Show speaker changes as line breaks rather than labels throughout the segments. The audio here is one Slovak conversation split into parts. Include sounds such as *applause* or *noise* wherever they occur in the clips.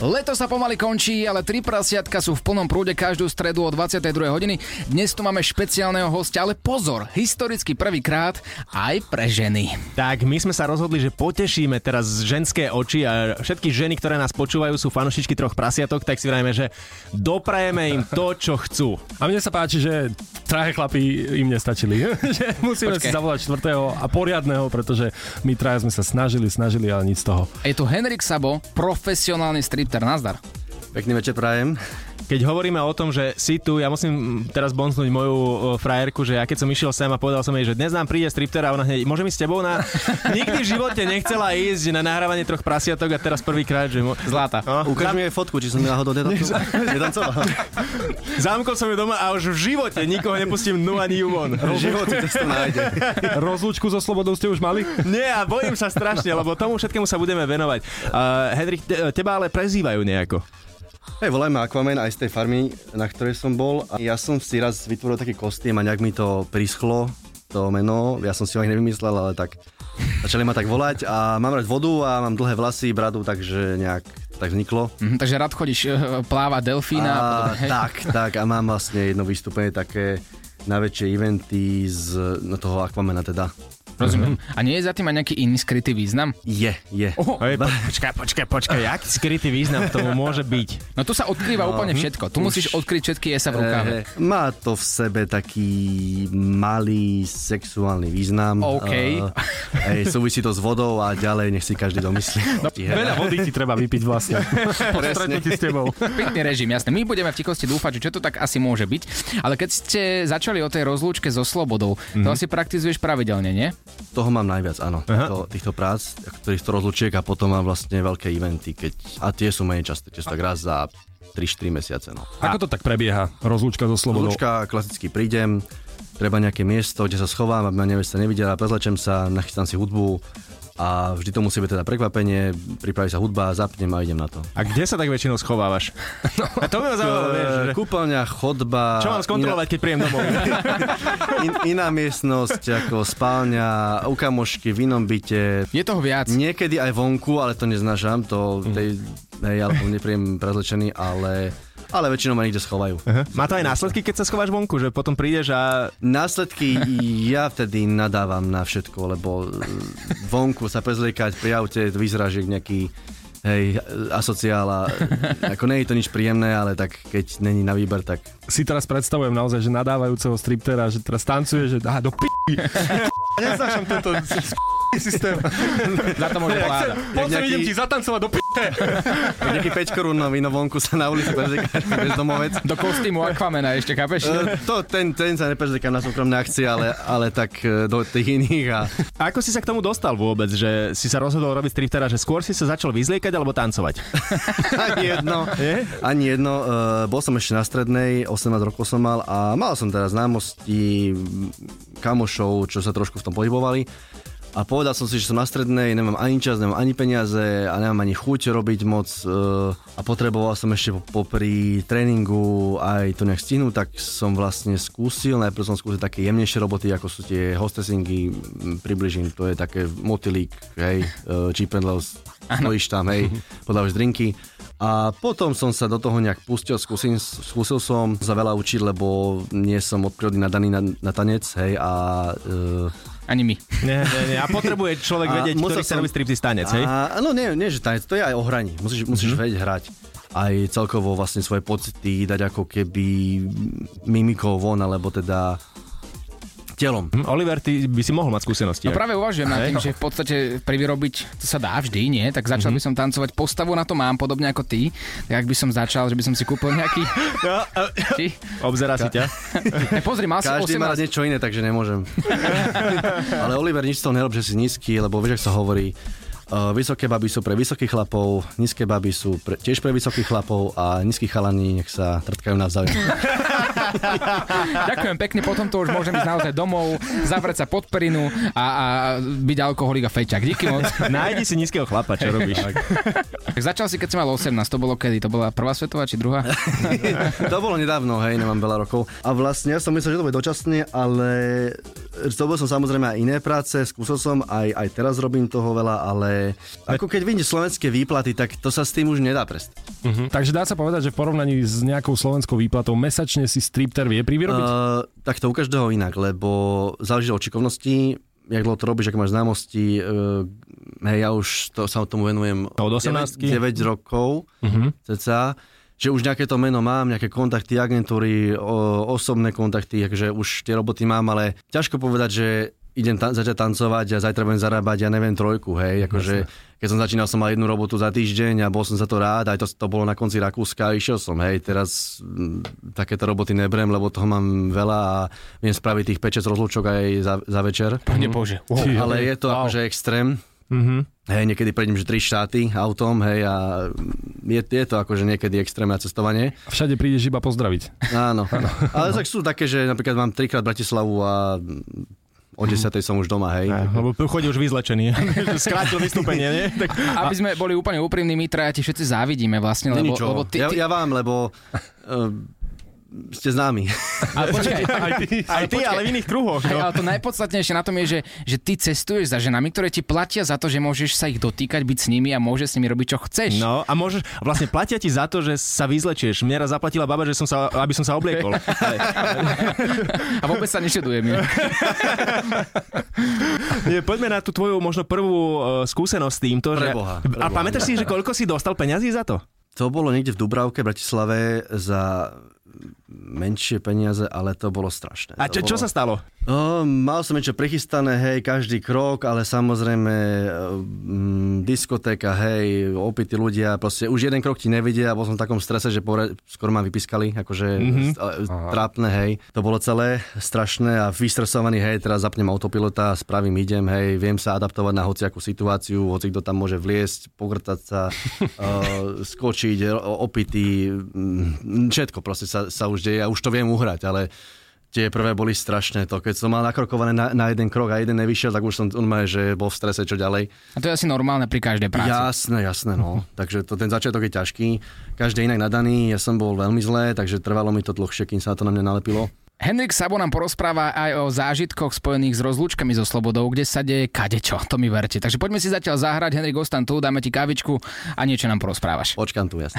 Leto sa pomaly končí, ale tri prasiatka sú v plnom prúde každú stredu o 22. hodiny. Dnes tu máme špeciálneho hostia, ale pozor, historicky prvýkrát aj pre ženy.
Tak, my sme sa rozhodli, že potešíme teraz ženské oči a všetky ženy, ktoré nás počúvajú, sú fanúšičky troch prasiatok, tak si vrajme, že doprajeme im to, čo chcú.
A mne sa páči, že traje chlapí im nestačili. *laughs* Musíme Počkej. si zavolať čtvrtého a poriadného, pretože my traja sme sa snažili, snažili, ale nič z *laughs* toho.
Je tu Henrik Sabo, profesionálny street Peter, nazdar.
Pekný večer prajem.
Keď hovoríme o tom, že si tu, ja musím teraz boncnúť moju frajerku, že ja keď som išiel sem a povedal som jej, že dnes nám príde stripter a ona hneď, môžem ísť s tebou na... Nikdy v živote nechcela ísť na nahrávanie troch prasiatok a teraz prvýkrát, že... Mo...
Zlata.
No, Ukáž tam... mi jej fotku, či som náhodou *laughs* netancoval.
Zámkol som ju doma a už v živote nikoho nepustím nu ani ju von.
V živote to nájde.
Rozlúčku so slobodou ste už mali?
Nie, a bojím sa strašne, lebo tomu všetkému sa budeme venovať. Uh, Henrik, te, teba ale prezývajú nejako.
Hej, volaj ma Aquaman aj z tej farmy, na ktorej som bol. A ja som si raz vytvoril taký kostým a nejak mi to prischlo, to meno. Ja som si ho ani nevymyslel, ale tak začali ma tak volať. A mám rád vodu a mám dlhé vlasy, bradu, takže nejak tak vzniklo.
Mm, takže rád chodíš uh, plávať delfína. A,
a tak, tak a mám vlastne jedno vystúpenie také najväčšie eventy z no toho Aquamana teda.
*laughs* Rozumiem. A nie je za tým aj nejaký iný skrytý význam?
Je, je.
Oh, Hej, počkaj, počkaj, počkaj, jak skrytý význam tomu môže byť?
No tu sa odkrýva no, úplne všetko. Tu už... musíš odkryť všetky jesa v
Eh,
rukáve. E,
má to v sebe taký malý sexuálny význam.
OK. Uh,
e, súvisí to s vodou a ďalej nech si každý domyslí. *laughs*
No, yeah. Veľa *laughs* vody ti treba vypiť vlastne. po stretnutí s tebou.
Pitný režim, jasne. My budeme v tikosti dúfať, že čo to tak asi môže byť. Ale keď ste začali o tej rozlúčke so slobodou, mm-hmm. to asi praktizuješ pravidelne, nie?
Toho mám najviac, áno. To, týchto prác, týchto rozlučiek a potom mám vlastne veľké eventy, keď, a tie sú menej časté, tie sú tak raz za 3-4 mesiace. No.
Ako to tak prebieha, rozlúčka so slobodou?
Rozlúčka, klasicky prídem, treba nejaké miesto, kde sa schovám, aby ma nevesta nevidela, prezlečem sa, nachystám si hudbu, a vždy to musí byť teda prekvapenie, pripraví sa hudba, zapnem a idem na to.
A kde sa tak väčšinou schovávaš? No, a to by ma zaujímalo,
že... Kúpeľňa, chodba...
Čo mám skontrolovať, iná... keď príjem domov?
In, iná miestnosť ako spálňa, u kamošky, v inom byte.
Je toho viac.
Niekedy aj vonku, ale to neznášam, to mm. tej, hej, alebo nepríjem prezlečený, ale ale väčšinou ma niekde schovajú.
Aha. Má to aj následky, keď sa schováš vonku, že potom prídeš a...
Následky ja vtedy nadávam na všetko, lebo mm, vonku sa prezliekať pri aute vyzerá, že nejaký hej, asociála. Ako nie je to nič príjemné, ale tak keď není na výber, tak...
Si teraz predstavujem naozaj, že nadávajúceho striptera, že teraz tancuje, že aha, do p***. *laughs* Neznášam tento systém.
Za to môže vláda.
Poď nejaký... idem ti zatancovať do p***.
nejaký 5 korún na víno vonku sa na ulici *laughs* prezlikáš bezdomovec.
Do kostýmu Aquamena ešte, kapeš?
Uh, to, ten, ten sa neprezlikám na súkromné akcie, ale, ale tak e, do tých iných. A... *laughs*
a ako si sa k tomu dostal vôbec, že si sa rozhodol robiť striptera, že skôr si sa začal vyzliekať alebo tancovať?
ani jedno. Je? Ani jedno. Uh, bol som ešte na strednej, 18 rokov som mal a mal som teraz známosti kamošov, čo sa trošku v tom pohybovali. A povedal som si, že som na strednej, nemám ani čas, nemám ani peniaze a nemám ani chuť robiť moc uh, a potreboval som ešte popri tréningu aj to nejak stihnúť, tak som vlastne skúsil, najprv som skúsil také jemnejšie roboty, ako sú tie hostessingy, približím, to je také motilík, hej, uh, cheap and low, stojíš tam, hej, podávaš drinky. A potom som sa do toho nejak pustil, skúsim, skúsil som sa veľa učiť, lebo nie som od prírody nadaný na, na tanec, hej, a... e,
Uh, ani my.
Nie, nie, nie. A potrebuje človek a vedieť, ktorý sa som... robí striptease tanec, hej? Mhm.
A, no nie, nie, že tanec, to je aj o hraní. Musíš, musíš mm-hmm. vedieť hrať aj celkovo vlastne svoje pocity dať ako keby mimikou von, alebo teda telom.
Hm, Oliver, ty by si mohol mať skúsenosti.
No práve uvažujem nad tým, no. že v podstate privyrobiť, to sa dá vždy, nie? Tak začal mm-hmm. by som tancovať, postavu na to mám, podobne ako ty. Tak ak by som začal, že by som si kúpil nejaký... *laughs* No,
uh, Či? Obzerá Ka- si ťa.
ne, pozri, mal som
Každý
18... má
niečo iné, takže nemôžem. Ale Oliver, nič z toho nerob, že si nízky, lebo vieš, ako sa hovorí, Uh, vysoké baby sú pre vysokých chlapov, nízke baby sú pre, tiež pre vysokých chlapov a nízky chalani nech sa trtkajú navzájom.
Ďakujem pekne, potom to už môžem ísť naozaj domov, zavrieť sa pod perinu a, a byť alkoholik a feťak. Díky *laughs* moc.
Nájdi si nízkeho chlapa, čo robíš.
Tak začal si, keď si mal 18, to bolo kedy? To bola prvá svetová či druhá?
to bolo nedávno, hej, nemám veľa rokov. A vlastne ja som myslel, že to bude dočasne, ale robil som samozrejme aj iné práce, skúsil som, aj, aj teraz robím toho veľa, ale ako keď vidíš slovenské výplaty, tak to sa s tým už nedá prestať.
Mhm. Takže dá sa povedať, že v porovnaní s nejakou slovenskou výplatou mesačne si stripter vie privyrobiť?
Uh, tak to u každého inak, lebo záleží od šikovnosti, jak dlho to robíš, aké máš známosti. Uh, hej, ja už to, sa tomu venujem
Od 18-ky?
9, 9 rokov, uh-huh. ceca, že už nejaké to meno mám, nejaké kontakty, agentúry, o, osobné kontakty, takže už tie roboty mám, ale ťažko povedať, že idem ta- začať tancovať a zajtra budem zarábať, ja neviem, trojku, hej, akože keď som začínal, som mal jednu robotu za týždeň a bol som za to rád, aj to, to bolo na konci Rakúska a išiel som, hej, teraz mm, takéto roboty nebrem, lebo toho mám veľa a viem spraviť tých 5-6 rozlúčok aj za, za večer.
Pane Bože. Wow.
Ale je to akože extrém. Mm-hmm. Hej, niekedy prejdem, že tri štáty autom, hej, a je, je to akože niekedy extrémne cestovanie.
Všade prídeš iba pozdraviť.
Áno, ale tak sú také, že napríklad mám trikrát Bratislavu a o 10. som už doma, hej.
Lebo chodí už vyzlečený. *laughs* Skrátil vystúpenie, nie? Tak...
Aby sme boli úplne úprimní, my traja ti všetci závidíme vlastne, lebo,
Není čo.
lebo ty,
ja,
ty,
ja vám, lebo uh, ste známi.
ale počkaj,
Aj ty, ale v iných kruhoch.
Hej,
No.
ale to najpodstatnejšie na tom je, že, že ty cestuješ za ženami, ktoré ti platia za to, že môžeš sa ich dotýkať, byť s nimi a môžeš s nimi robiť, čo chceš.
No a môžeš, vlastne platia ti za to, že sa vyzlečieš. Mne raz zaplatila baba, že som sa, aby som sa obliekol.
A vôbec sa nešedujem. Ja.
Je, Poďme na tú tvoju možno prvú uh, skúsenosť s týmto. Že... A
Preboha, preboha.
pamätáš si, že koľko si dostal peňazí za to?
To bolo niekde v Dubravke, Bratislave za menšie peniaze, ale to bolo strašné.
A čo, čo
to bolo...
sa stalo?
O, No, mal som niečo prichystané, hej, každý krok, ale samozrejme eh, mm, diskotéka, hej, opití ľudia, proste už jeden krok ti nevidia, bol som v takom strese, že pore, skoro ma vypiskali, akože mm-hmm. trápne, hej. To bolo celé strašné a vystresovaný, hej, teraz zapnem autopilota, spravím, idem, hej, viem sa adaptovať na hociakú situáciu, hoci kto tam môže vliesť, pogrtať sa, o, skočiť, ro- opitý, mm, všetko proste sa, sa už deje a už to viem uhrať, ale tie prvé boli strašné to, keď som mal nakrokované na, na jeden krok a jeden nevyšiel, tak už som normálne, že bol v strese, čo ďalej.
A to je asi normálne pri každej práci. Ja.
Jasné, jasné, no. takže to, ten začiatok je ťažký, každý je inak nadaný, ja som bol veľmi zlé, takže trvalo mi to dlhšie, kým sa to na mňa nalepilo.
Henrik Sabo nám porozpráva aj o zážitkoch spojených s rozlúčkami so slobodou, kde sa deje kadečo, to mi verte. Takže poďme si zatiaľ zahrať, Henrik, ostan tu, dáme ti kávičku a niečo nám porozprávaš.
Počkám tu, jasné.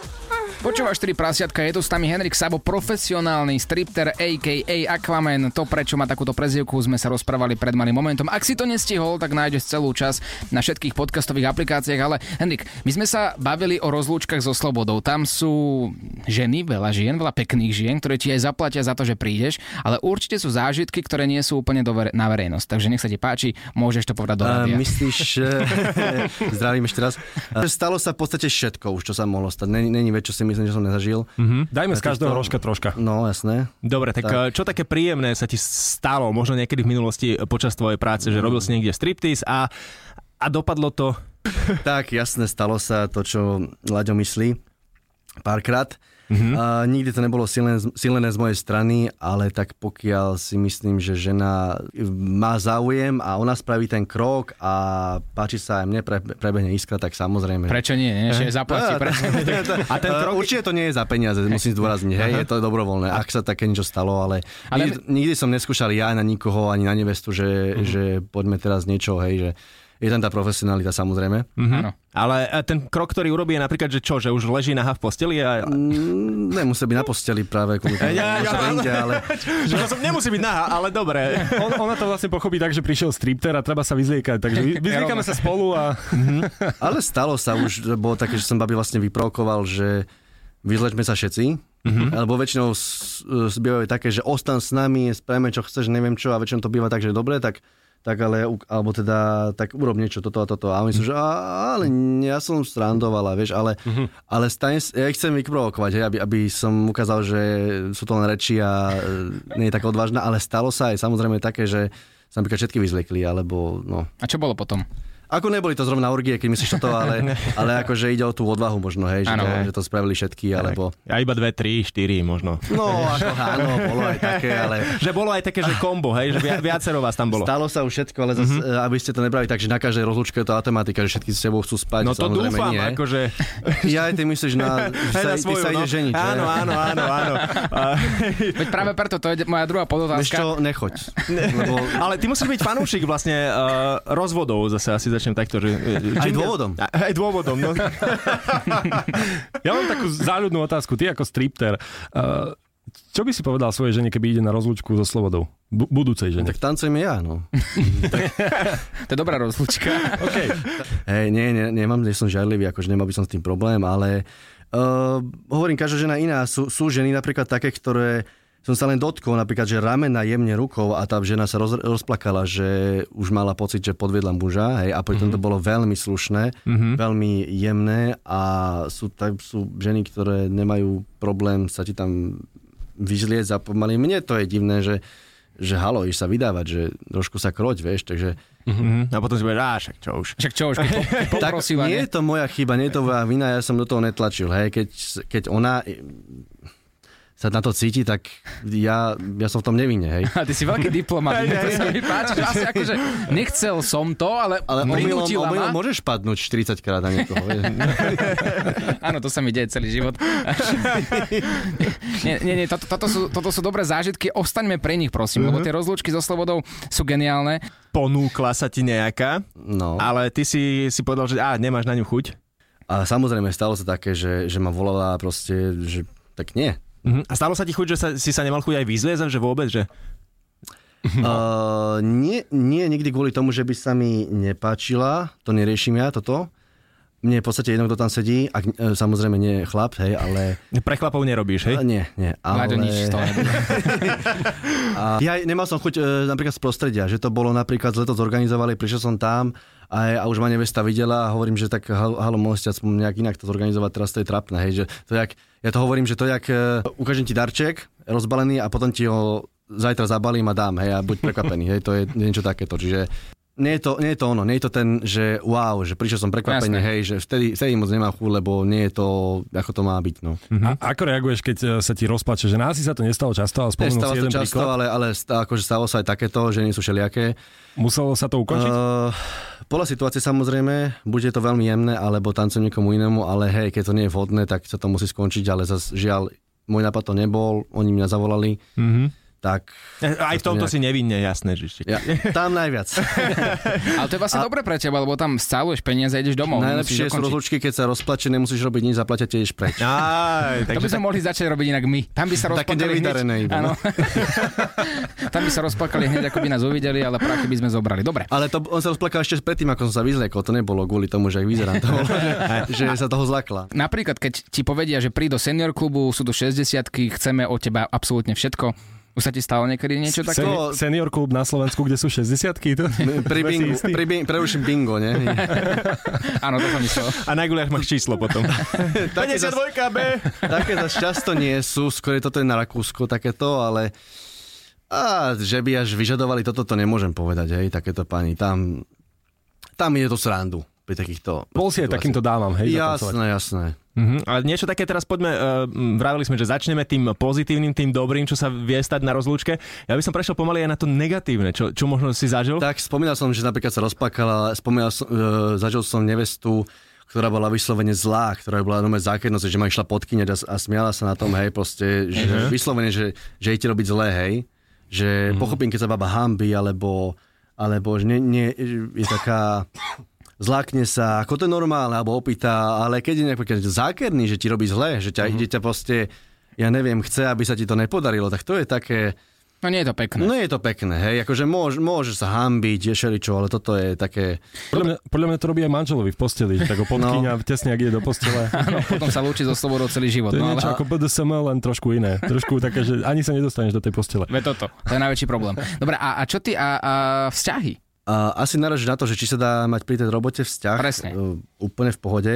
Počúvaš tri prasiatka, je tu s nami Henrik Sabo, profesionálny stripter, a.k.a. Aquaman. To, prečo má takúto prezivku, sme sa rozprávali pred malým momentom. Ak si to nestihol, tak nájdeš celú čas na všetkých podcastových aplikáciách. Ale Henrik, my sme sa bavili o rozlúčkach so slobodou. Tam sú ženy, veľa žien, veľa pekných žien, ktoré ti aj zaplatia za to, že prídeš, ale určite sú zážitky, ktoré nie sú úplne do verej- na verejnosť. Takže nech sa ti páči, môžeš to povedať do
A
rádia.
myslíš, že- zdravím ešte raz, E, stalo sa v podstate všetko už, čo sa mohlo stať. Není, není vec, čo si myslím, že som nezažil.
Mhm. Hm?
Dajme z každého rožka troška.
No, jasné.
Dobre, tak, tak čo také príjemné sa ti stalo, možno niekedy v minulosti e, počas tvojej práce,
Mm.
že robil si niekde striptease a, a dopadlo to...
Tak, jasne, stalo sa to, čo Laďo myslí párkrát. Mm-hmm. A nikdy to nebolo silené, silené z mojej strany, ale tak pokiaľ si myslím, že žena má záujem a ona spraví ten krok a páči sa aj mne, pre, prebehne iskra, tak samozrejme.
Prečo nie? nie? Že
*laughs*
zaplatí, prečo?
Ehm. A ten krok... Určite to nie je za peniaze, musím zdôrazniť, hej, je to dobrovoľné, ak sa také niečo stalo, ale,
Ale-
ale... Nikdy, nikdy som neskúšal ja na nikoho, ani na nevestu, že, mm-hmm. že poďme teraz niečo, hej, že je tam tá profesionalita samozrejme.
Áno.
Ale e, ten krok, ktorý urobí, je napríklad, že čo, že už leží nahá v posteli a...
Mm, Nemusí byť na posteli práve kvôli tomu,
Ja, ja,
že
ja.
inde, ale
že som, nemusí byť nahá, ale dobre.
*laughs*
On, ona to vlastne pochopí tak, že prišiel stripter a treba sa vyzliekať, takže vy, vyzliekame sa spolu a...
ale stalo sa už, že bolo také, že som babi vlastne vyprovokoval, že vyzlečme sa všetci, mm-hmm. lebo väčšinou s- s- bývajú také, že ostan s nami, spravíme čo chceš, neviem čo a väčšinou to býva tak, že dobre, tak tak ale, u- alebo teda, tak urob niečo, toto a toto. A oni sú, že "Á, ale ja som strandovala, vieš, ale, ale stane, s- ja ich chcem vyprovokovať, hej, aby, aby som ukázal, že sú to len reči a e, nie je taká odvážna, ale stalo sa aj samozrejme také, že sa napríklad všetky vyzliekli, alebo no.
A čo bolo potom?
Ako neboli to zrovna orgie, keď myslíš toto,
*laughs*
ale, ale akože ide o tú odvahu možno, hej, že,
Áno,
to,
hej.
že to spravili všetky, alebo...
A iba dve, tri, štyri možno.
*laughs* No, ako, áno, bolo aj také, ale...
Že bolo aj také, že kombo, hej, že via- viacero vás tam bolo. Mhm.
Stalo sa už všetko, ale zase, mm-hmm. aby ste to nebrali tak, že na každej rozlúčke je to automatika, že všetky s tebou chcú
No
spať.
to
samozrejme
dúfam,
nie.
akože...
Ja aj ty myslíš
Aj
na... sa,
na
ty
svoju,
sa
no.
ideš ženiť, že?
Áno, áno, áno, áno.
*laughs*
A-
Veď práve preto to je moja druhá
Vieš
podotázka.
čo, nechoď. Lebo
Ale ty musíš byť fanúšik vlastne uh, rozvodov, zase asi začnem takto. Že,
Aj
čím-
dôvodom.
Aj dôvodom, no.
Ja mám takú záľudnú otázku. Ty ako stripter, uh, čo by si povedal svojej žene, keby ide na rozlúčku so slobodou? Bu- budúcej žene.
tak tancujem ja, no.
To je dobrá rozlúčka.
Hej, nie, nie, nemám, nie som žiadlivý, akože nemal by som s tým problém, ale uh, hovorím, každá žena iná. Sú, sú ženy napríklad také, ktoré som sa len dotkol, napríklad, že ramena jemne rukou a tá žena sa roz, rozplakala, že už mala pocit, že podvedla muža, hej, a pritom mm-hmm. to bolo veľmi slušné, mm-hmm. veľmi jemné a sú, tak, sú ženy, ktoré nemajú problém sa ti tam vyzliecť a pomaly. Mne to je divné, že že halo, iš sa vydávať, že trošku sa kroť, vieš, takže
Mhm. A potom si budeš, á, však čo už.
Však čo už, keď
*laughs*
po- keď
tak
poprosila,
nie
nie?
je to moja chyba, nie je to moja vina, ja som do toho netlačil. Hej. Keď, keď ona e, sa na to cíti, tak ja, ja som v tom nevinne. Hej.
A ty si veľký diplomat, to sa mi páči, že asi akože nechcel som to, ale,
Ale omylom,
prinútila ma.
omylom môžeš padnúť 40 krát na niekoho. vieš.
Áno, to sa mi deje celý
*laughs*
život. nie, nie, nie toto, toto, sú, toto sú dobré zážitky, ostaňme pre nich, prosím,
Mhm.
lebo tie rozlúčky so slobodou sú geniálne.
Ponúkla sa ti nejaká,
No.
ale ty si, si povedal, že á, nemáš na ňu chuť.
A samozrejme stalo sa také, že, že ma volala proste, že tak nie.
Mhm. A stalo sa ti chuť, že sa, si sa nemal chuť aj vyzliezať, že vôbec, že...
Uh, nie, nie nikdy kvôli tomu, že by sa mi nepáčila, to neriešim ja, toto. Mne je v podstate jedno, kto tam sedí, ak, e, samozrejme nie je chlap, hej, ale...
Pre chlapov nerobíš, hej?
A nie, nie, ale...
Láďo, nič z toho nebude.
A ja nemal som chuť e, napríklad z prostredia, že to bolo napríklad leto zorganizovali, prišiel som tam a, a už ma nevesta videla a hovorím, že tak hal- halo, mohli ste aspoň nejak inak to zorganizovať, teraz to je trapné, hej, že to jak, ja to hovorím, že to jak, e, ukážem ti darček rozbalený a potom ti ho zajtra zabalím a dám, hej, a buď prekvapený, hej, to je niečo takéto, čiže nie je, to, nie je to ono, nie je to ten, že wow, že prišiel som prekvapený,
Jasné.
hej, že vtedy, vtedy moc nemám chuť, lebo nie je to, ako to má byť, no.
A ako reaguješ, keď e, sa ti rozplače žena? Asi sa to nestalo často, ale spomenul
Nestáva
si
sa
jeden
často,
príklad.
ale, ale stá, akože stalo sa aj takéto, že nie sú všelijaké.
Muselo sa to ukončiť?
Uh, podľa situácie samozrejme, bude to veľmi jemné, alebo tancujem niekomu inému, ale hej, keď to nie je vhodné, tak sa to musí skončiť, ale zas žiaľ, môj nápad to nebol, oni mňa zavolali,
Mhm.
tak
Eh, Aj v tomto si nevinne, jasné, že ešte.
ja, tam najviac.
Ale to je vlastne dobre pre teba, lebo tam scaluješ peniaze a ideš domov.
Najlepšie
nemusíš
sú
dokončiť.
rozlučky, keď sa rozplače, nemusíš robiť nič, zaplatia ti ideš preč.
Aj, *laughs*
To by
takže
sme mohli začať robiť inak my. Tam by sa
Také
rozplakali hneď.
nevydarené iba,
Áno.
no.
*laughs* Tam by sa rozplakali hneď, ako by nás uvideli, ale prachy by sme zobrali. Dobre.
Ale to, on sa rozplakal ešte predtým, ako som sa vyzliekol, to nebolo kvôli tomu, že ak vyzerám, to bolo, že, že sa toho zlakla.
Napríklad, keď ti povedia, že príď do senior klubu, sú tu 60 chceme od teba absolútne všetko. Už sa ti stalo niekedy
*laughs*
niečo také?
Seni- Senior klub na Slovensku, kde sú 60-ky? To...
Pri bingo, pri bingo, preruším bingo, ne?
Áno, to som myslel.
a na guliach máš číslo *laughs* potom. 52 B.
*laughs* Také zase často nie sú, skôr je toto je na Rakúsko takéto, ale a, že by až vyžadovali toto, to nemôžem povedať, hej, takéto pani. Tam, tam je to srandu pri takýchto...
Bol si aj takýmto dámam, hej? zatancovať.
Jasné, jasné.
Mhm, ale niečo také teraz poďme, uh, vravili sme, že začneme tým pozitívnym, tým dobrým, čo sa vie stať na rozlúčke. Ja by som prešiel pomaly aj na to negatívne, čo, čo možno si zažil.
Tak spomínal som, že napríklad sa rozplakala, spomínal som, e, zažil som nevestu, ktorá bola vyslovene zlá, ktorá bola normálne zákernosť, že ma išla podkyňať a, a smiala sa na tom, hej, proste, že vyslovene, že, že jej ti robiť zlé, hej, že pochopím, keď sa baba hambi, alebo, alebo že nie, nie, je taká zlákne sa, ako to je normálne, alebo opýta, ale keď je napríklad zákerný, že ti robí zle, že ťa ide ťa proste, ja neviem, chce, aby sa ti to nepodarilo, tak to je také,
No nie je to pekné.
No je to pekné, hej, akože môže, môže sa hambiť, je šeličo, ale toto je také...
Podľa mňa, podľa mňa to robí aj manželovi v posteli, že tak ho podkýňa no. tesne, ak ide do postele.
Áno, No, potom sa lúči so slobodou celý život.
To je
No,
niečo
ale...
ako BDSM, len trošku iné. Trošku také, že ani sa nedostaneš do tej postele.
Ve toto. To je najväčší problém. Dobre, a, a čo ty a, a vzťahy?
A asi naražíš na to, že či sa dá mať pri tej robote vzťah
Presne.
e, úplne v pohode.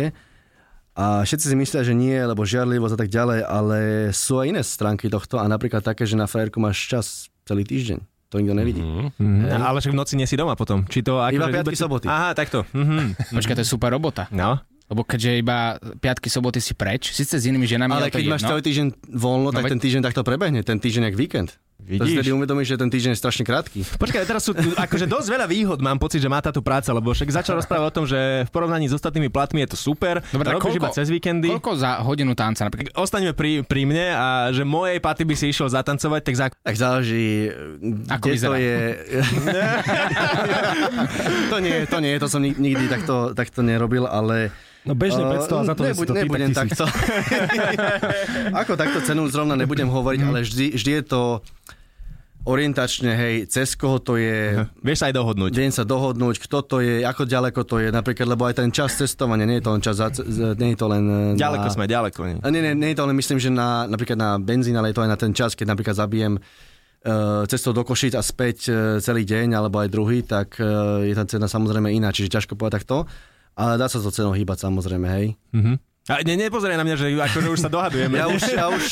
A všetci si myslia, že nie, lebo žiarlivosť a tak ďalej, ale sú aj iné stránky tohto a napríklad také, že na frajerku máš čas celý týždeň. To nikto nevidí.
Mhm.
Mm-hmm.
Mm, ale však v noci nie si doma potom. Či to ako,
Iba
že
piatky,
vôbec-
soboty.
Aha, takto. Mhm.
Počkaj, to je super robota.
No.
Lebo keďže iba piatky, soboty si preč, síce s inými ženami,
Ale
ale, to je
keď máš
jedno. No
celý týždeň voľno, tak
veď-
ten týždeň takto prebehne, ten týždeň jak víkend. To si
Vidíš?
vtedy uvedomíš, že ten týždeň je strašne krátky.
Počkaj, teraz sú tu, akože dosť veľa výhod, mám pocit, že má táto práca, lebo však začal rozprávať o tom, že v porovnaní s ostatnými platmi je to super,
Dobre, tak
robíš
koľko-
iba cez víkendy.
Koľko za hodinu tanca napríklad?
Ostaňme pri, pri mne a že mojej paty by si išiel zatancovať, tak za...
Tak záleží,
Ako
kde
vyzerá.
to
*laughs*
je. to nie, to nie, to som nik- nikdy takto, takto nerobil, ale...
No bežne
Eh,
500 a za to si to ty tak
nebudem
tisíc.
takto.
*laughs*
Ako takto cenu zrovna nebudem hovoriť,
Mhm.
ale vždy, vždy je to orientačne, hej, cez koho to
Mhm.
je,
Vieš sa aj dohodnúť.
deň sa dohodnúť, kto to je, ako ďaleko to je, napríklad, lebo aj ten čas cestovania, nie je to len čas, za, z- nie je to len... eh,
Ďaleko
na,
sme, ďaleko. Nie.
a Nie, nie, nie je to len, myslím, že na, napríklad na benzín, ale je to aj na ten čas, keď napríklad zabijem eh, cestou do Košic a späť eh, celý deň, alebo aj druhý, tak eh, je tá cena samozrejme iná, čiže ťažko povedať takto. Ale dá sa to cenou hýbať samozrejme, hej.
A ne, nepozeraj na mňa, že akože už sa
*laughs*
dohadujeme.
Ja už, ja už,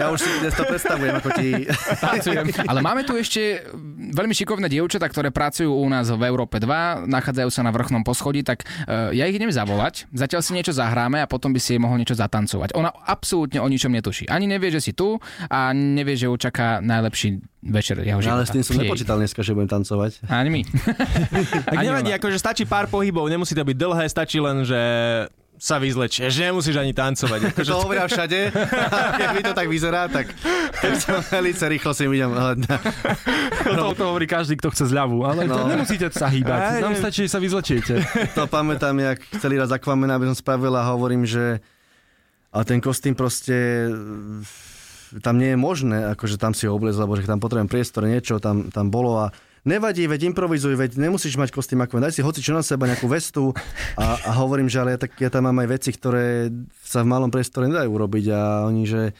ja už si dnes to predstavujem ako ti...
Tancujem. *laughs* Ale máme tu ešte veľmi šikovné dievčatá, ktoré pracujú u nás v Európe 2, nachádzajú sa na vrchnom poschodí, tak e, ja ich idem zavolať, zatiaľ si niečo zahráme a potom by si jej mohol niečo zatancovať. Ona absolútne o ničom netuší. Ani nevie, že si tu a nevie, že ju čaká najlepší večer jeho života.
No, Ale s tým som
Jej.
nepočítal dneska, že budem tancovať.
Ani
*laughs*
my.
Tak
Ani
nevadí,
ona.
akože stačí pár pohybov, nemusí to byť dlhé, stačí len, že sa vyzlečieš, že nemusíš ani tancovať. Akože
To hovoria všade, *laughs* keď mi to tak vyzerá, tak keď som *laughs* velice rýchlo si idem hľadať.
No, to hovorí každý, kto chce zľavu, ale no. to
No.
nemusíte sa
Aj,
hýbať. Nám
aj.
stačí, že sa vyzlečiete.
*laughs* To pamätám, jak celý raz Aquamana by som spravil a hovorím, že a ten kostým proste eh, tam nie je možné, akože tam si ho obliec, lebo že tam potrebujem priestor, niečo tam, tam bolo a nevadí, veď improvizuj, veď nemusíš mať kostým ako daj si hoci čo na seba, nejakú vestu a, a hovorím, že ale ja, tak, ja tam mám aj veci, ktoré sa v malom priestore nedajú urobiť a oni, že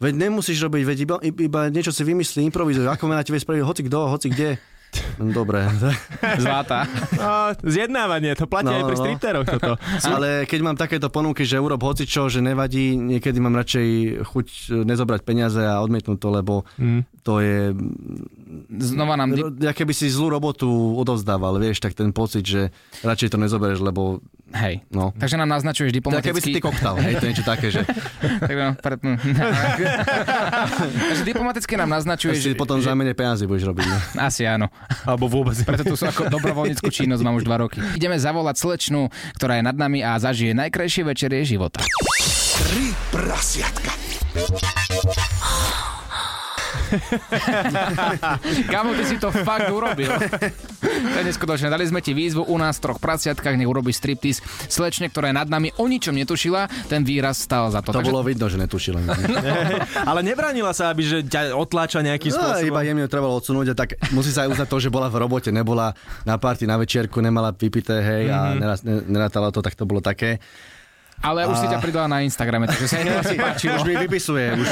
veď nemusíš robiť, veď iba, iba niečo si vymyslí, improvizuj, ako na tebe spraviť, hoci kto, hoci kde. No, Dobre,
Zlatá.
No, zjednávanie, to platí
No,
aj pri
no.
stripteroch toto.
Hm?
Ale keď mám takéto ponuky, že urob hocičo, že nevadí, niekedy mám radšej chuť e, nezobrať peniaze a odmietnúť to, lebo
Hm.
mm. to je...
Znova nám... di-
Ro- Ja keby si zlú robotu odovzdával, vieš, tak ten pocit, že radšej to nezoberieš, lebo...
Hej.
No.
Takže nám naznačuješ
Tak keby si
diplomaticky...
ty koktal, hej, to je niečo také, že
*laughs* Tak, no, pred... *laughs* Takže diplomaticky
*laughs*
nám naznačuješ...
si potom za menej peniazy budeš robiť. Ne?
Asi áno.
Alebo vôbec.
Preto tu sú ako dobrovoľníckú činnosť, mám už dva roky. Ideme zavolať slečnu, ktorá je nad nami a zažije najkrajšie večerie života.
Tri prasiatka.
Kámo, ty si to fakt urobil. To je neskutočné. Dali sme ti výzvu u nás v troch praciatkách, nech urobí striptease slečne, ktorá je nad nami o ničom netušila, ten výraz stál za to.
To bolo vidno, že
*laughs*
netušila. No,
*laughs* Ale nebránila sa, aby že ťa otláča nejaký spôsob.
iba jemne ju trebalo odsunúť a tak musí sa aj uznať to, že bola v robote, nebola na party, na večierku, nemala vypité, hej,
Mhm.
a neraz- ne- nerátala to, tak to bolo také.
Ale už si ťa pridala na Instagrame, takže sa jej to *laughs* asi páčilo.
Už mi vypisuje, už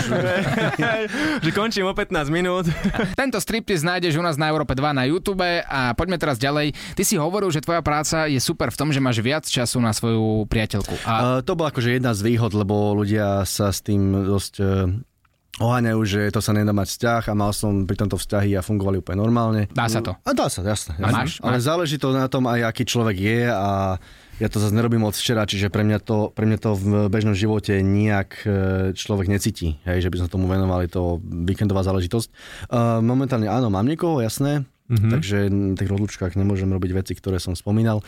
že končím o 15 minút.
Tento striptease nájdeš u nás na Európe 2 na YouTube a poďme teraz ďalej. Ty si hovoril, že tvoja práca je super v tom, že máš viac času na svoju priateľku. A
A... To bola akože jedna z výhod, lebo ľudia sa s tým dosť e, oháňajú, že to sa nedá mať vzťah a mal som pri tomto vzťahy a fungovali úplne normálne.
Dá sa to.
A dá sa, jasné.
A
jasné.
máš?
Ale záleží to na tom aj, aký človek je a ja to zase nerobím od včera, čiže pre mňa to, pre mňa to v bežnom živote nijak e, človek necíti, hej, že by sme tomu venovali, to víkendová záležitosť. E, momentálne áno, mám niekoho, jasné,
Mhm.
mm-hmm. takže na tých rozlúčkach nemôžem robiť veci, ktoré som spomínal.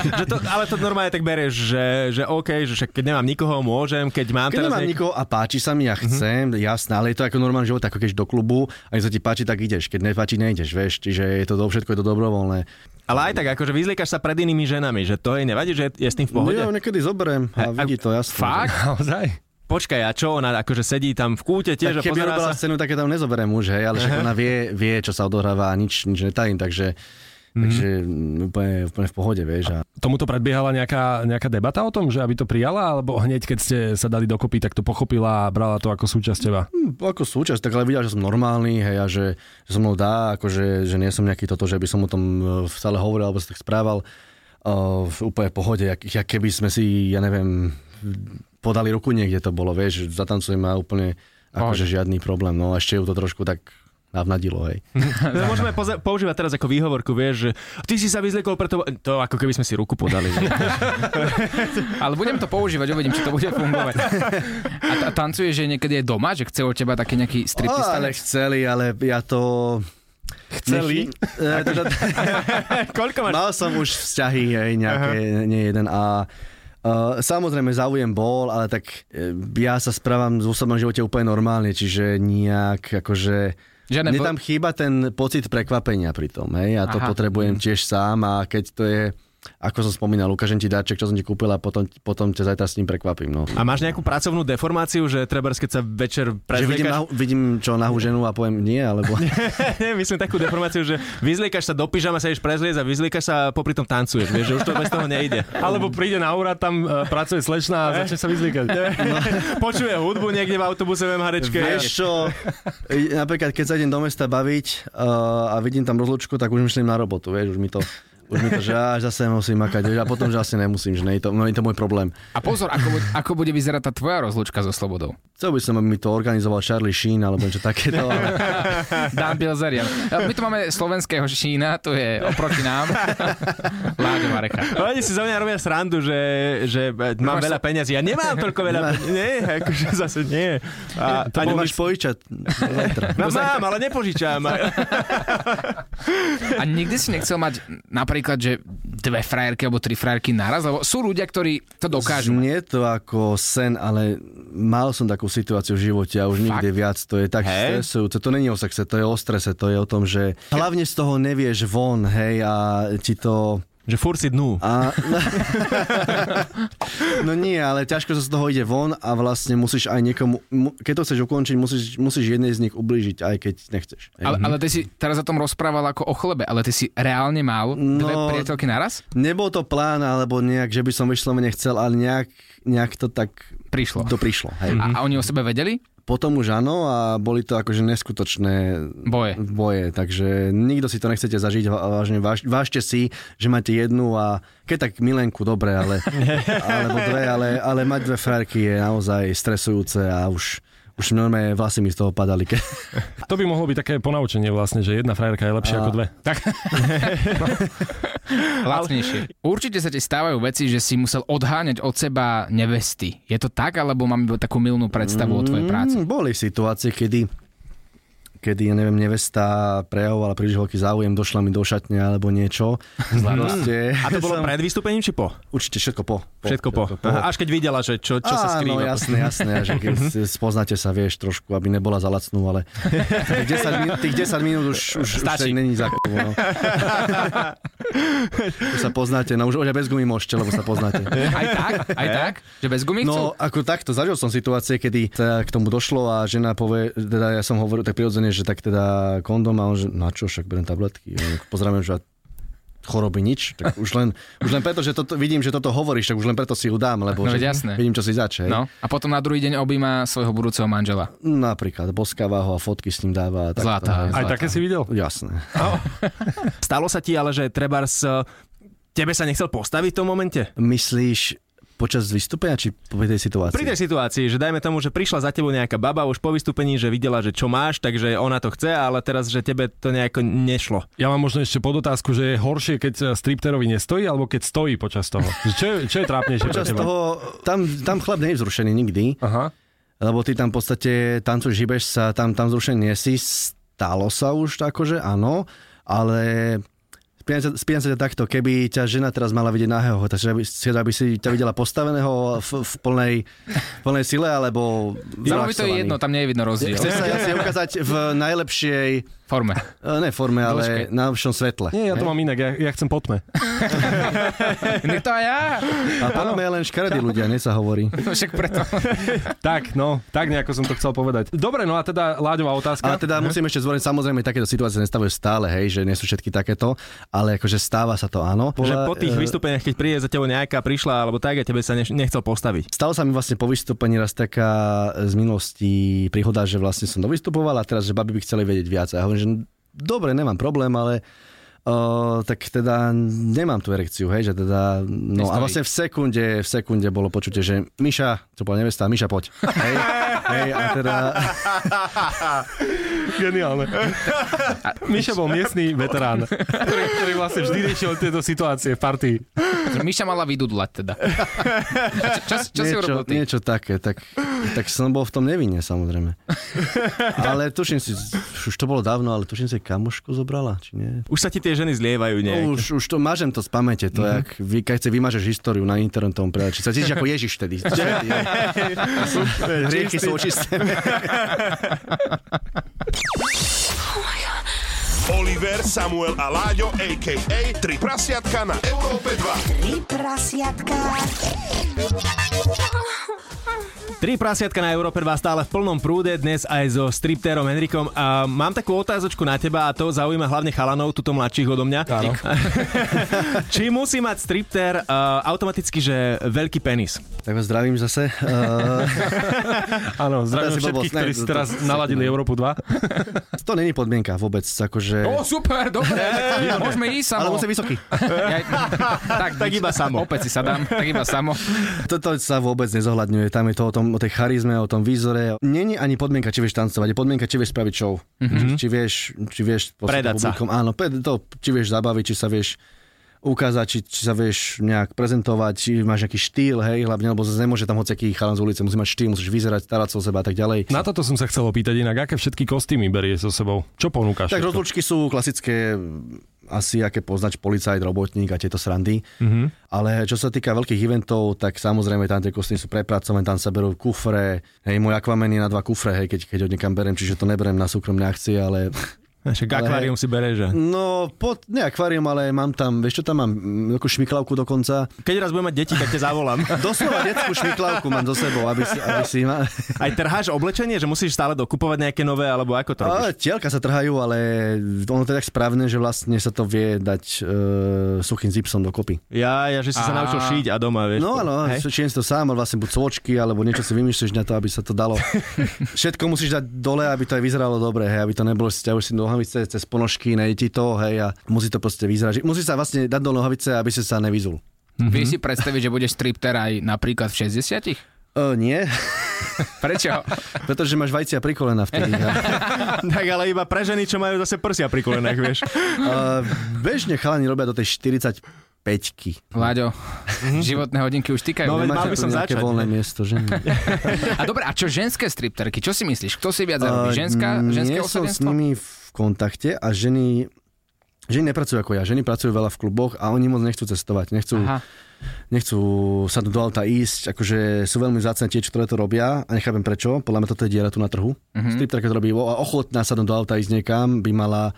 že to, ale to normálne tak bereš, že, že OK, že však keď nemám nikoho, môžem, keď mám
Keď
teraz... Mhm.
nemám
niek-
nikoho a páči sa mi, ja chcem, mm-hmm. jasné, ale je to ako normálny život, ako keď ideš do klubu a keď sa ti páči, tak ideš, keď nepáči, nejdeš, vieš, čiže je to do, všetko je to dobrovoľné.
Ale aj tak, akože vyzliekaš sa pred inými ženami, že to jej nevadí, že je s tým v
No
pohode.
ja ju niekedy zoberiem a vidí to, jasné.
Fakt?
*laughs* Naozaj?
Počkaj, a čo ona akože sedí tam v kúte
Tak
tiež a
keby
pozerá
robila
sa...
scénu, tak ja tam nezoberiem už, hej, ale však ona vie, vie, čo sa odohráva a nič, nič netajím, takže
Mhm.
Takže mm, úplne, úplne v pohode, vieš. A
Tomuto predbiehala nejaká, nejaká debata o tom, že aby to prijala, alebo hneď keď ste sa dali dokopy, tak to pochopila a brala to ako súčasť teba?
Mm, ako súčasť, tak ale videl, že som normálny, hej, a že, že som mnou dá, akože, že nie som nejaký toto, že by som o tom e, stále hovoril alebo sa tak správal. Uh, v úplne v pohode, jak, jak keby sme si, ja neviem, podali ruku niekde to bolo, vieš, zatancujem a úplne akože žiadny problém, no a ešte ju to trošku tak navnadilo, hej.
To môžeme poza- používať teraz ako výhovorku, vieš, že ty si sa vyzliekol, preto... To ako keby sme si ruku podali. že?
Ale budem to používať, uvidím, či to bude fungovať. A, t- a tancuješ, že niekedy je doma, že chce od teba taký nejaký
Ó,
striptista?
ale chceli, ale ja to...
Chceli?
Nechy- E, teda-
Koľko máš?
Mal som už vzťahy, hej, nejaké, nie jeden a Uh, samozrejme, záujem bol, ale tak uh, ja sa správam v osobnom živote úplne normálne, čiže nejak akože...
Žiadne
mne
po-
tam chýba ten pocit prekvapenia pri tom, hej, ja to
Aha.
potrebujem tiež sám a keď to je, ako som spomínal, ukážem ti dáček, čo som ti kúpil a potom, potom ťa zajtra s ním prekvapím, no.
*laughs* A máš nejakú pracovnú deformáciu, že treba, keď sa večer
Že vidím,
prezliekaš...
nahu, vidím čo nahú ženu a poviem nie, alebo...
Ne, *laughs* myslím takú deformáciu, že vyzliekaš sa do pyžama, sa ideš prezliecť a vyzliekaš sa a popri tom tancuješ, vieš, že už to bez toho nejde.
Alebo príde na úrad, tam e, pracuje slečná a začne sa
*laughs*
vyzlíkať.
No. Počuje hudbu niekde v autobuse v MHDčke.
Vieš čo, e, napríklad keď sa idem do mesta baviť uh, a vidím tam rozlúčku, tak už myslím na robotu, vieš, už mi to, už mi to že až zase musím makať, vieš, a potom, že asi nemusím, že nie je to, no, je to môj problém.
A pozor, ako, bu- ako bude vyzerať tá tvoja rozlúčka so slobodou.
Chcel by som, aby mi to organizoval Charlie Sheen alebo niečo takéto,
*laughs*
ale
Dan Bilzerian. E, My tu máme slovenského Šína, to je oproti nám. Láďo Marecha.
Oni si za mňa robia srandu, že, že e, mám
Máš
veľa peňazí. Ja nemám toľko *laughs* veľa peňazí. Nie, akože zase nie. A,
to
a
máš požičať zajtra.
*laughs* No mám, ale nepožičam.
A nikdy si nechcel mať napríklad, že dve frajerky alebo tri frajerky naraz? Lebo sú ľudia, ktorí to dokážu.
Znie to ako sen, ale mal som takú situáciu v živote a už nikdy viac. To je tak
Hej.
stresujúce. To není o sexe, to je o strese, to je o tom, že hlavne z toho nevieš von, hej, a ti to...
*laughs* Že fur si dnú.
A... *laughs* no nie, ale ťažko sa z toho ide von a vlastne musíš aj niekomu, mu- keď to chceš ukončiť, musíš, musíš jednej z nich ublížiť, aj keď nechceš.
Ale, ale ty si teraz o tom rozprával ako o chlebe, ale ty si reálne mal dve
No.
priateľky naraz?
Nebol to plán, alebo nejak, že by som vyslovene chcel, ale nejak, nejak to tak
Prišlo.
to prišlo. Hej.
A, a oni o sebe vedeli?
Potom už áno a boli to akože neskutočné
Boje.
boje, takže nikto si to nechcete zažiť, va- vážne, váž, vážte si, že máte jednu a keď tak milenku, dobre, ale,
*laughs*
alebo dve, ale, ale mať dve frajerky je naozaj stresujúce a už už normálne vlasy mi z toho padali. Ke...
To by mohlo byť také ponaučenie vlastne, že jedna frajerka je lepšia ako dve.
*laughs*
Lacnejšie. Určite sa ti stávajú veci, že si musel odháňať od seba nevesty. Je to tak, alebo mám iba takú milnú predstavu o tvojej práci?
Mm, *laughs* boli situácie, kedy kedy, ja neviem, nevesta prejavovala príliš veľký záujem, došla mi do šatne alebo niečo.
*laughs*
Proste,
A to bolo
*laughs* som-
pred vystúpením či po?
Určite všetko po. po
Všetko po. Aha, Až keď videla, že čo, čo sa
Áno,
skrýva.
no, jasné, jasné, že keď si- spoznáte sa, vieš, trošku, aby nebola za lacnú, ale tých 10 minút, tých 10 minút už, už, už to
Stačí.
není za k***u, no. Už sa poznáte, no už oľa bez gumy môžete, lebo sa poznáte.
Aj tak?
*laughs*
Aj tak? Že bez gumy chcú?
No, ako takto, zažil som situácie, kedy teda k tomu došlo a žena povie, teda ja som hovoril tak prirodzene, že tak teda kondom a on, že na čo, však berem tabletky. Ja Pozrieme, že choroby nič, tak už len, už len preto, že toto, vidím, že toto hovoríš, tak už len preto si ju dám, lebo
No,
že
veď jasné.
vidím, čo si začal.
No, a potom na druhý deň objíma svojho budúceho manžela.
Napríklad, boskáva ho a fotky s ním dáva. a takto,
Zlatá.
hej,
Aj
zlatá.
také si videl?
Jasné.
Stalo sa ti ale, že trebárs e, tebe sa nechcel postaviť v tom momente?
Myslíš počas vystúpenia, či po tej situácii?
Pri tej situácii, že dajme tomu, že prišla za tebou nejaká baba už po vystúpení, že videla, že čo máš, takže ona to chce, ale teraz, že tebe to nejako nešlo.
Ja mám možno ešte podotázku, že je horšie, keď e, stripterovi nestojí, alebo keď stojí počas toho. Že Čo je, čo je trápnejšie pre
Počas
teba?
toho, tam, tam chlap nie je vzrušený nikdy,
Aha.
lebo ty tam v podstate tancuješ, hýbeš sa, tam, tam vzrušený nie si. Stalo sa už akože, áno, ale spýtam sa, spýtam sa ťa takto, keby ťa žena teraz mala vidieť nahého, takže aby, aby si ťa videla postaveného v, v plnej, v plnej sile, alebo
Zaujímavé by to je
zrelaxovaný?
jedno, tam nie je vidno rozdiel.
Chceš sa asi ukázať v najlepšej
Forme.
E, Ne forme, ale
Dĺžke.
na najlepšom svetle.
Nie, ja to
Hej?
mám inak, ja, ja chcem potme.
Inak No to aj ja.
A palme je len škaredí ľudia, ne sa
*laughs*
hovorí.
No však preto.
Tak, no, tak nejako som to chcel povedať. Dobre, no a teda Láďová otázka.
Ale teda musím ešte zvoreť, samozrejme, takéto situácie nestavujú stále, hej, že nie sú všetky takéto. A ale akože stáva sa to, áno.
Že po tých
eh,
vystúpeniach, keď príde za tebou nejaká prišla alebo tak a tebe sa neš- nechcel postaviť.
Stalo sa mi vlastne po vystúpení raz taká z minulosti príhoda, že vlastne som dovystupoval a teraz, že baby by chceli vedieť viac. A ja hovorím, že dobre, nemám problém, ale Uh, tak teda nemám tú erekciu, hej, že teda, no a
Nestojí.
vlastne v sekunde, v sekunde bolo počutie, že Miša, to bola nevesta, Miša, poď. Hej, hej, a teda,
Geniálne. Miša bol miestný veterán, ktorý, ktorý vlastne vždy riešil tieto situácie v partii.
Miša mala vydudlať
*laughs*
teda. Čo, čo, čo si
niečo,
urobil ty?
niečo také, tak, tak som bol v tom nevinne,
*laughs*
samozrejme. Ale tuším si, už to bolo dávno, ale tuším si, kamošku zobrala, či nie?
Už sa ti tie ženy zlievajú nejak.
No Už, už to mážem to z pamäte, to mm-hmm. jak, vy, keď si vymažeš históriu na internetom predači, sa cítiš ako Ježiš *laughs* vtedy. *laughs* Hriechy sú očistené.
Oliver, Samuel a Láďo, a.k.a. Tri prasiatka na Európe 2.
Tri prasiatka.
Tri prasiatka na Európe 2 stále v plnom prúde, dnes aj so striptérom Henrikom. A mám takú otázočku na teba a to zaujíma hlavne chalanov, tuto mladších odo mňa. *laughs* Či musí mať striptér uh, automaticky, že veľký penis?
Tak vás zdravím *laughs* zase. Uh,
Áno,
A to
zdravím
asi
všetkých,
blbosť, ne?
ktorí si
To-
teraz
to-
naladili Európu 2.
to není podmienka vôbec, akože...
O, super, dobre, môžeme ísť samo.
ale musí vysoký.
*laughs*
*laughs*
Ja- tak,
Tak iba samo.
Opäť si sa dám, tak iba samo.
Toto sa vôbec nezohľadňuje. Tam je to o, tom, o tej charizme, o tom výzore. Není ani podmienka, či vieš tancovať. Je podmienka, či vieš spraviť show. Mm-hmm. Či vieš, či vieš poslať
Predať sa.
publikom. Áno, pred- to, či vieš zabaviť, či sa vieš ukázať, či, či sa vieš nejak prezentovať, či máš nejaký štýl, hej, hlavne, lebo zase nemôže tam hociaký chalan z ulice, musí mať štýl, musíš vyzerať, starať sa o seba a tak ďalej.
Na toto som sa chcel opýtať inak, aké všetky kostýmy berie so sebou? Čo ponúkaš?
tak
všetko?
rozlúčky sú klasické asi aké poznač policajt, robotník a tieto srandy. Mm-hmm. Ale čo sa týka veľkých eventov, tak samozrejme tam tie kostýmy sú prepracované, tam sa berú kufre. Hej, môj Aquaman je na dva kufre, hej, keď, keď ho niekam berem, čiže to neberem na súkromné akcie, ale...
Však akvárium si bere, že...
No, pod, ne akvárium, ale mám tam, vieš čo tam mám, Mm, takú šmiklavku dokonca.
Keď raz budem mať deti, tak ťa
*laughs*
zavolám.
Doslova detskú šmiklavku mám so sebou, aby si, aby si ma...
Aj trháš oblečenie, že musíš stále dokupovať nejaké nové, alebo ako to robíš?
Ale tielka sa trhajú, ale ono to je tak správne, že vlastne sa to vie dať e, suchým zipsom dokopy.
Ja, ja, že si sa
A-
naučil šiť a doma, vieš.
No áno,
Hej?
čiže si to sám, ale vlastne buď cvočky, alebo niečo si vymýšľaš na to, aby sa to
*laughs*
dalo. Všetko musíš dať dole, aby to aj vyzeralo dobre, hej, aby to nebolo, že ťahuš si nohavice cez ponožky, nejde ti to, hej, a musí to proste vyzerať. že- Musí sa vlastne dať do nohavice, aby si sa nevyzul. Mhm.
Vieš si predstaviť, že budeš stripter aj napríklad v 60
E, nie,
Prečo?
*laughs* pretože máš vajcia pri kolena vtedy.
*laughs*
A,
Tak ale iba pre ženy, čo majú zase prsia pri kolenách, vieš.
a, bežne chalani robia do tej 45
Láďo,
Mhm.
životné hodinky už týkajú.
No, veď mal
Nemáte
by
tu
som
nejaké
začať,
voľné
ne?
miesto, že?
*laughs*
A dobre, a čo ženské stripterky? Čo si myslíš? Kto si viac robí?
A mm,
Ženská, ženské
Nie som s
osadenstvo?
nimi v kontakte a ženy... Ženy nepracujú ako ja. Ženy pracujú veľa v kluboch a oni moc nechcú cestovať. Nechcú,
Aha.
nechcú sa do auta ísť, akože sú veľmi vzácne tie, čo- ktoré to robia a nechápem prečo, podľa mňa toto je diera tu na trhu. Mm-hmm. Stripterka to robí a ochotná sa do auta ísť niekam by mala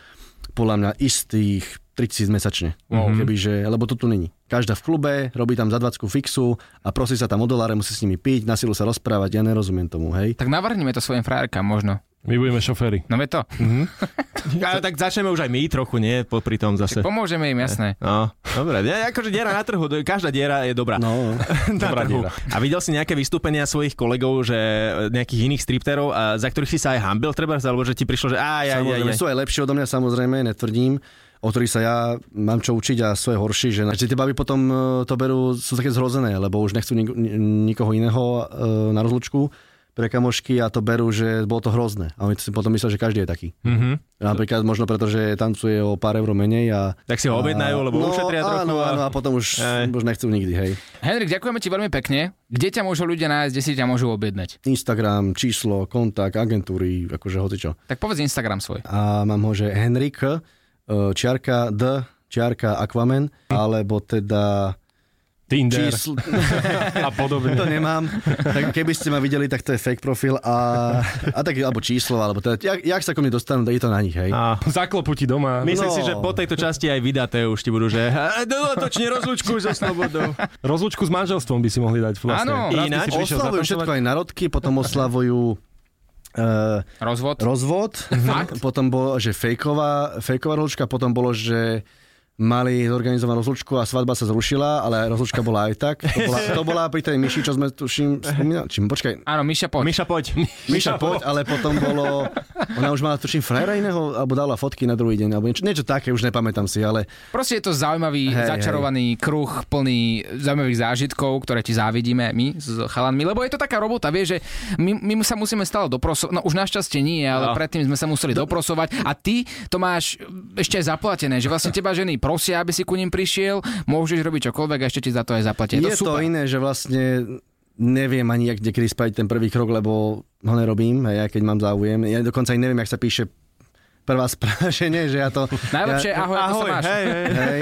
podľa mňa istých 3000 mesačne, wow. kebyže, lebo to tu není. Každá v klube, robí tam za 20 fixu a prosí sa tam o doláre, musí s nimi piť, na silu sa rozprávať, ja nerozumiem tomu, hej.
Tak navrhneme to svojim frajerkám možno.
My budeme šoféry.
No ve to.
*laughs*
Mhm.
Ale tak začneme už aj my trochu, nie? Popri tom zase.
Pomôžeme im, jasné.
No, dobre. Ja, akože diera na trhu, d- každá diera je dobrá.
No,
*laughs* na
dobrá
trhu.
diera.
A videl si nejaké vystúpenia svojich kolegov, že e, nejakých iných stripterov, a za ktorých si sa aj hambil treba, alebo že ti prišlo, že aj, aj, aj,
Samozrejme,
aj.
sú aj lepšie odo mňa, samozrejme, netvrdím o ktorých sa ja mám čo učiť a sú aj horší, že, že tie baby potom e, to berú, sú také zhrozené, lebo už nechcú nik- ni- nikoho iného e, na rozlučku pre kamošky a to berú, že bolo to hrozné. A oni si potom myslia, že každý je taký.
Mhm.
Mm-hmm. Napríklad možno preto, že tancuje o pár eur menej a...
Tak si ho objednajú, lebo
no,
ušetria trochu.
áno,
a-
áno, a potom už,
Aj.
už nechcú nikdy, hej.
Henrik, ďakujeme ti veľmi pekne. Kde ťa môžu ľudia nájsť, kde si ťa môžu objednať?
Instagram, číslo, kontakt, agentúry, akože hocičo.
Tak povedz Instagram svoj.
a mám ho, že Henrik, e, čiarka D, čiarka Aquaman, alebo teda
Tinder
číslo,
a *laughs* podobne.
to nemám. Tak keby ste ma videli, tak to je fake profil a, a tak, alebo číslo, alebo teda, jak, jak sa ku mne dostanú, je to na nich, hej.
A-
Zaklopu ti doma.
Myslím
No.
si, že po tejto časti aj vydaté už ti budú, že "A, dodatočne rozlučku so slobodou.
Rozlúčku s manželstvom by si mohli dať vlastne.
Áno.
Raz by
Ináč?
si prišiel
Oslavujú
zatancovať.
všetko aj narodky, potom oslavujú e,
Rozvod.
*laughs* rozvod, potom bolo, že fejková, fejková rozlučka, potom bolo, že mali zorganizovanú rozlučku a svadba sa zrušila, ale rozlučka bola aj tak. To bola, to bola pri tej myši, čo sme tuším spomínali. Čím, počkaj,
Áno, Miša, poď.
Miša, poď.
Miša, poď, ale potom bolo... Ona už mala tuším frajera iného, alebo dala fotky na druhý deň, alebo niečo, niečo také, už nepamätám si, ale
Proste je to zaujímavý,
Hej,
hey, začarovaný hey. kruh plný zaujímavých zážitkov, ktoré ti závidíme my s chalanmi, lebo je to taká robota, vieš, že my, my sa musíme stále doprosovať, no už našťastie nie, ale no.
No.
predtým sme sa museli doprosovať a ty to máš ešte aj zaplatené, že vlastne teba ženy prosia, aby si ku nim prišiel, môžeš robiť čokoľvek a ešte ti za to aj zaplatia. Je,
je, je to, to
super.
iné, že vlastne neviem ani, jak niekedy spraviť ten prvý krok, lebo ho nerobím, hej, aj keď mám záujem. Ja dokonca aj neviem, jak sa píše prvá správa, *laughs* že nie, že ja to...
Najlepšie
ja,
ja, ahoj, ahoj, ako sa
Ahoj,
máš.
hej, hej.
hej,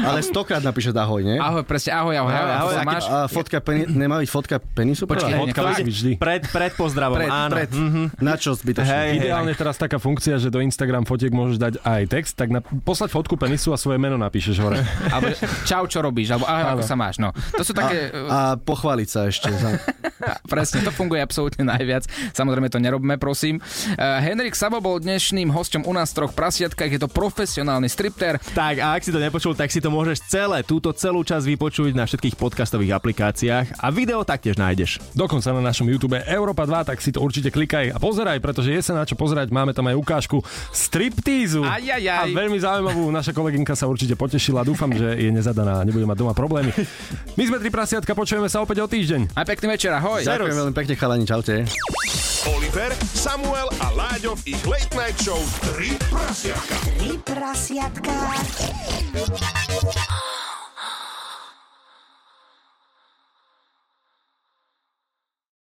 ale stokrát napíše ahoj, nie?
Ahoj, presne, ahoj, ahoj, ahoj, ahoj,
Ahoj,
ahoj ako sa
ahoj,
máš.
A fotka peni- nemá byť fotka penisu? prvá?
Počkaj,
Počkaj,
fotka
nechám-
musí byť vždy.
Pred, pred pozdravom,
Pred,
áno.
pred.
Mhm.
Na čo zbytočne?
Hej,
Ideálne teraz taká funkcia, že do Instagram fotiek môžeš dať aj text, tak na, poslať fotku penisu a svoje meno napíšeš hore.
Alebo že čau, čo robíš, alebo ahoj, ako sa máš. No, to sú také...
A pochváliť sa ešte. Za...
*laughs* Presne, to funguje absolútne najviac. Samozrejme to nerobme, prosím. Uh, Henrik Sabo bol dnešným hosťom u nás v troch prasiatkách. Je to profesionálny stripter.
Tak a ak si to nepočul, tak si to môžeš celé, túto celú časť vypočuť na všetkých podcastových aplikáciách a video taktiež nájdeš.
Dokonca na našom YouTube Európa 2, tak si to určite klikaj a pozeraj, pretože je sa na čo pozerať. Máme tam aj ukážku striptízu.
Aj, aj, aj.
A veľmi zaujímavú. Naša kolegynka sa určite potešila. Dúfam, že je nezadaná a nebude mať doma problémy. My sme tri prasiatka, počujeme sa opäť o týždeň.
A pekný večer, ahoj.
Ďakujem veľmi pekne, chalani, čaute.
Oliver, Samuel a Láďo v ich late night show 3 prasiatka.
Tri prasiatka.